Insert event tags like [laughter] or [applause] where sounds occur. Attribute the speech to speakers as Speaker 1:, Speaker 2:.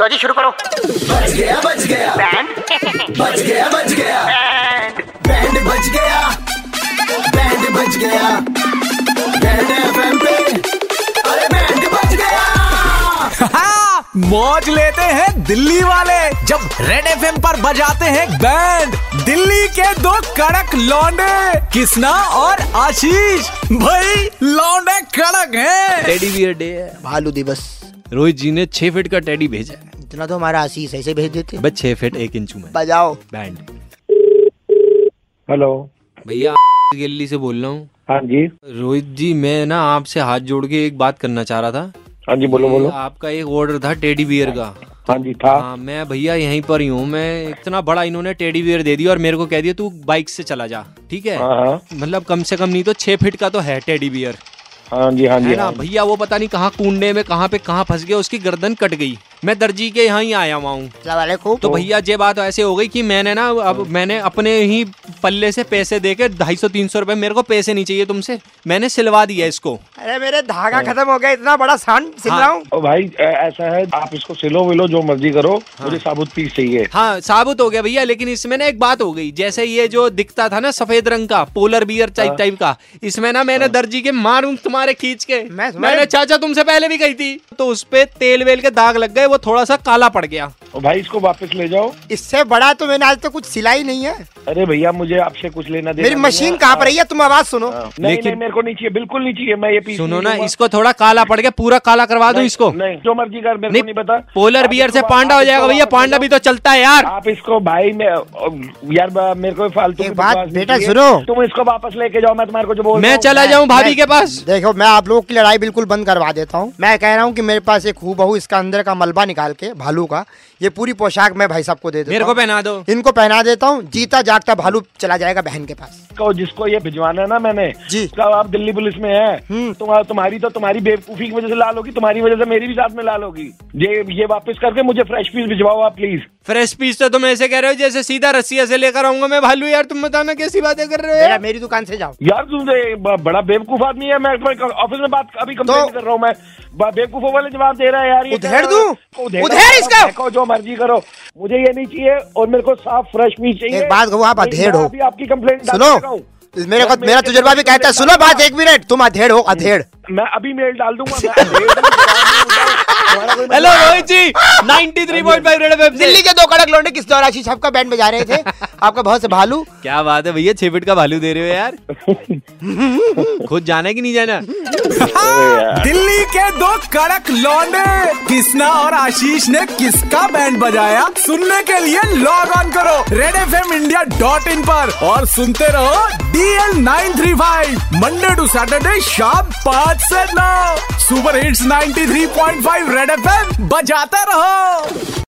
Speaker 1: लो जी शुरू करो
Speaker 2: बच गया बच गया
Speaker 1: बैंड
Speaker 2: बच गया बच गया बैंड बच गया बैंड बच गया बैंड एफएम पे अरे बैंड बच गया
Speaker 3: हाँ, मौज लेते हैं दिल्ली वाले जब रेड एफ पर बजाते हैं बैंड दिल्ली के दो कड़क लौंडे किसना और आशीष भाई लौंडे कड़क हैं
Speaker 4: टेडी बियर डे है
Speaker 5: भालू दिवस
Speaker 4: रोहित जी ने छह फीट का टेडी भेजा है
Speaker 5: इतना तो हमारा आशीष ऐसे भेज देते
Speaker 4: बस छह फीट एक इंच में
Speaker 5: बजाओ
Speaker 4: बैंड
Speaker 6: हेलो
Speaker 4: भैया गिल्ली से बोल रहा हूँ
Speaker 6: हाँ जी
Speaker 4: रोहित जी मैं ना आपसे हाथ जोड़ के एक बात करना चाह रहा था
Speaker 6: हाँ जी बोलो बोलो
Speaker 4: आपका एक ऑर्डर था टेडी बियर का
Speaker 6: हाँ जी था
Speaker 4: हाँ मैं भैया यहीं पर ही हूँ मैं इतना बड़ा इन्होंने टेडी बियर दे दिया और मेरे को कह दिया तू बाइक से चला जा ठीक है
Speaker 6: हाँ हाँ
Speaker 4: मतलब कम से कम नहीं तो छह फीट का तो है टेडी बियर
Speaker 6: हाँ जी हाँ जी
Speaker 4: है ना
Speaker 6: हाँ जी।
Speaker 4: भैया वो पता नहीं कहाँ कूडने में कहाँ पे कहाँ फंस गया उसकी गर्दन कट गई मैं दर्जी के यहाँ ही आया हुआ हूँ
Speaker 5: वालेकुम
Speaker 4: तो भैया ये बात ऐसे हो गई कि मैंने ना अब मैंने अपने ही पल्ले से पैसे दे के ढाई सौ तीन सौ रुपये मेरे को पैसे नहीं चाहिए तुमसे मैंने सिलवा दिया इसको
Speaker 1: अरे मेरे धागा
Speaker 5: हाँ।
Speaker 1: खत्म हो गया इतना बड़ा सान सिल
Speaker 4: हाँ।
Speaker 1: रहा हूँ
Speaker 6: ओ भाई ऐ- ऐसा है आप इसको सिलो विलो जो मर्जी करो मुझे साबुत पीस चाहिए
Speaker 4: हाँ साबित हो गया भैया लेकिन इसमें ना एक बात हो गई जैसे ये जो दिखता था ना सफेद रंग का पोलर बियर टाइप टाइप का इसमें ना मैंने दर्जी के मारूं तुम्हारे खींच के
Speaker 1: मैं तुम्हारे-
Speaker 4: मैंने चाचा तुमसे पहले भी कही थी तो उस पे तेल वेल के दाग लग गए वो थोड़ा सा काला पड़ गया
Speaker 6: ओ भाई इसको वापस ले जाओ
Speaker 1: इससे बड़ा तो मैंने आज तो कुछ सिला ही नहीं है
Speaker 6: अरे भैया मुझे आपसे कुछ लेना देना
Speaker 1: मेरी
Speaker 6: नहीं
Speaker 1: मशीन
Speaker 6: है।
Speaker 1: कहाँ पर रही है तुम आवाज सुनो
Speaker 6: हाँ। नहीं
Speaker 4: लेकिन-
Speaker 6: नहीं मेरे को नहीं चाहिए बिल्कुल नहीं चाहिए मैं ये पीस
Speaker 4: सुनो
Speaker 6: नहीं
Speaker 4: ना
Speaker 6: लूंगा।
Speaker 4: इसको थोड़ा काला पड़ गया पूरा काला करवा दो
Speaker 6: नहीं,
Speaker 4: इसको
Speaker 6: नहीं जो मर्जी कर मेरे को नहीं पता तो
Speaker 4: पोलर
Speaker 6: आप
Speaker 4: बियर
Speaker 6: इसको
Speaker 4: से
Speaker 6: वा-
Speaker 4: पांडा
Speaker 6: आप
Speaker 4: हो
Speaker 6: इसको
Speaker 4: जाएगा भैया
Speaker 6: वापस ले
Speaker 4: पांडा
Speaker 6: जाओ।
Speaker 4: भी तो चलता है यार
Speaker 6: आप इसको भाई मैं यार ब- मेरे को फालतू
Speaker 1: एक
Speaker 6: की
Speaker 1: बात,
Speaker 6: बकवास नहीं
Speaker 1: बेटा,
Speaker 6: चाहिए।
Speaker 1: सुनो।
Speaker 6: तुम इसको वापस लेके जाओ मैं तुम्हारे को जो बोल रहा
Speaker 4: मैं
Speaker 6: हूँ।
Speaker 4: चला जाऊं भाभी
Speaker 1: मैं-
Speaker 4: के पास
Speaker 1: देखो मैं आप लोगों की लड़ाई बिल्कुल बंद करवा देता हूँ मैं कह रहा हूँ कि मेरे पास एक हूबहू इसका अंदर का मलबा निकाल के भालू का ये पूरी पोशाक मैं भाई साहब को दे देता
Speaker 4: मेरे को
Speaker 1: हूँ।
Speaker 4: पहना दो
Speaker 1: इनको पहना देता हूँ जीता जागता भालू चला जाएगा बहन के पास
Speaker 6: को जिसको ये भिजवाना है ना मैंने
Speaker 1: जी। हम्म।
Speaker 6: उसका आप दिल्ली पुलिस में है तुम तुम्हारी तो तुम्हारी बेवकूफी की वजह से लाल होगी तुम्हारी वजह से मेरी भी साथ में लाल होगी ये ये वापस करके मुझे फ्रेश पीस भिजवाओ आप प्लीज
Speaker 4: फ्रेश पीस तो तुम ऐसे कह रहे हो जैसे सीधा रस्सिया से लेकर आऊंगा मैं भालू यार तुम बताना कैसी बातें कर रहे हो
Speaker 1: मेरा
Speaker 4: यार?
Speaker 1: मेरी दुकान से जाओ
Speaker 6: यार तुम ये ब- बड़ा बेवकूफ आदमी है मैं मैं ऑफिस में बात अभी कंप्लेंट
Speaker 1: तो-
Speaker 6: कर रहा हूँ मैं ब- बेवकूफों वाले जवाब दे रहा है यार ये
Speaker 1: उधेड़
Speaker 6: कह रहा
Speaker 1: दूं?
Speaker 6: है- उधेड़
Speaker 1: उधेड़
Speaker 6: दो,
Speaker 1: इसका।
Speaker 6: फेंको, जो मर्जी करो मुझे ये नहीं चाहिए और मेरे को साफ फ्रेश पीस चाहिए
Speaker 1: एक बात कहूं, आप
Speaker 6: मैं-
Speaker 1: अधेड़
Speaker 6: मैं
Speaker 1: हो।
Speaker 6: अभी आपकी कंप्लेंट
Speaker 1: सुनो मेरे तो को मेरा तजुर्बा भी कहता है सुनो बात एक मिनट तुम अधेड़ [laughs] हो अधेड़
Speaker 6: मैं अभी मेल डाल दूंगा मैं अधेड़ हूं, तुम्हारा कोई
Speaker 4: हेलो
Speaker 6: मतलब-
Speaker 4: रोहित [laughs] जी 93.5 रेड एफएम
Speaker 1: दिल्ली के दो कड़क लौंडे किस दौर आशीष साहब का बैंड बजा रहे [laughs] थे आपका बहुत से भालू
Speaker 4: क्या बात है भैया छह फीट का भालू दे रहे हो यार [laughs] खुद जाना है कि नहीं जाना
Speaker 3: हाँ, दिल्ली के दो कड़क लौंडे किसना और आशीष ने किसका बैंड बजाया सुनने के लिए लॉग ऑन करो red F M India dot in पर और सुनते रहो DL nine three five Monday to Saturday शाम पाँच से नौ super hits 93.5 red F M बजाते रहो